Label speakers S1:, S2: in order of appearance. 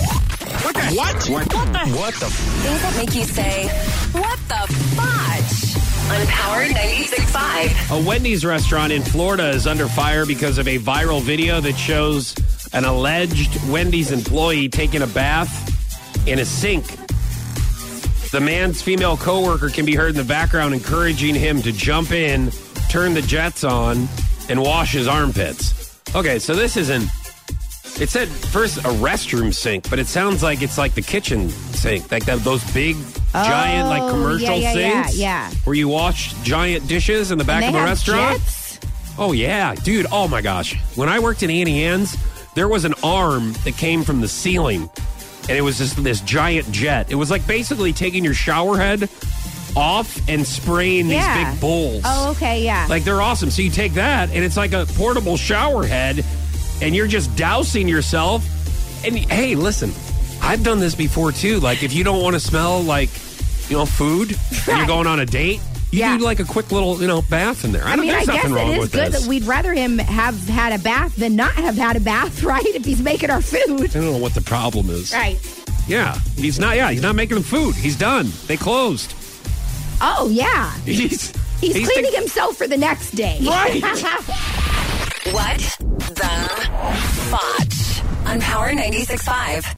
S1: What the? What? What, the? What the?
S2: Things that make you say, what the fudge? On Power 96.5.
S1: A Wendy's restaurant in Florida is under fire because of a viral video that shows an alleged Wendy's employee taking a bath in a sink. The man's female coworker can be heard in the background encouraging him to jump in, turn the jets on, and wash his armpits. Okay, so this isn't It said first a restroom sink, but it sounds like it's like the kitchen sink, like that, those big, giant, like
S3: Oh,
S1: commercial
S3: yeah, yeah,
S1: sinks,
S3: yeah, yeah.
S1: where you wash giant dishes in the back
S3: they
S1: of a
S3: have
S1: restaurant.
S3: jets?
S1: Oh yeah, dude. Oh my gosh. When I worked in Annie Ann's, there was an arm that came from the ceiling, and it was just this giant jet. It was like basically taking your shower head off and spraying
S3: Yeah.
S1: these big bowls.
S3: Oh, okay, yeah.
S1: Like they're awesome. So you take that, and it's like a portable shower head, and you're just dousing yourself. And hey, listen, I've done this before too. Like if you don't want to smell like you know food, and you're
S3: Right.
S1: going on a date. You
S3: Yeah.
S1: do like a quick little, you know, bath in there. I,
S3: I
S1: don't,
S3: mean, I
S1: there's
S3: guess
S1: nothing wrong
S3: it is
S1: with
S3: good
S1: this.
S3: that we'd rather him have had a bath than not have had a bath, right? If he's making our food.
S1: I don't know what the problem is.
S3: Right.
S1: Yeah, he's not. Yeah, he's not making the food. He's done. They closed.
S3: Oh, yeah.
S1: He's
S3: He's, cleaning
S1: the-
S3: himself for the next day.
S1: Right.
S2: What the fudge? On Power 96.5.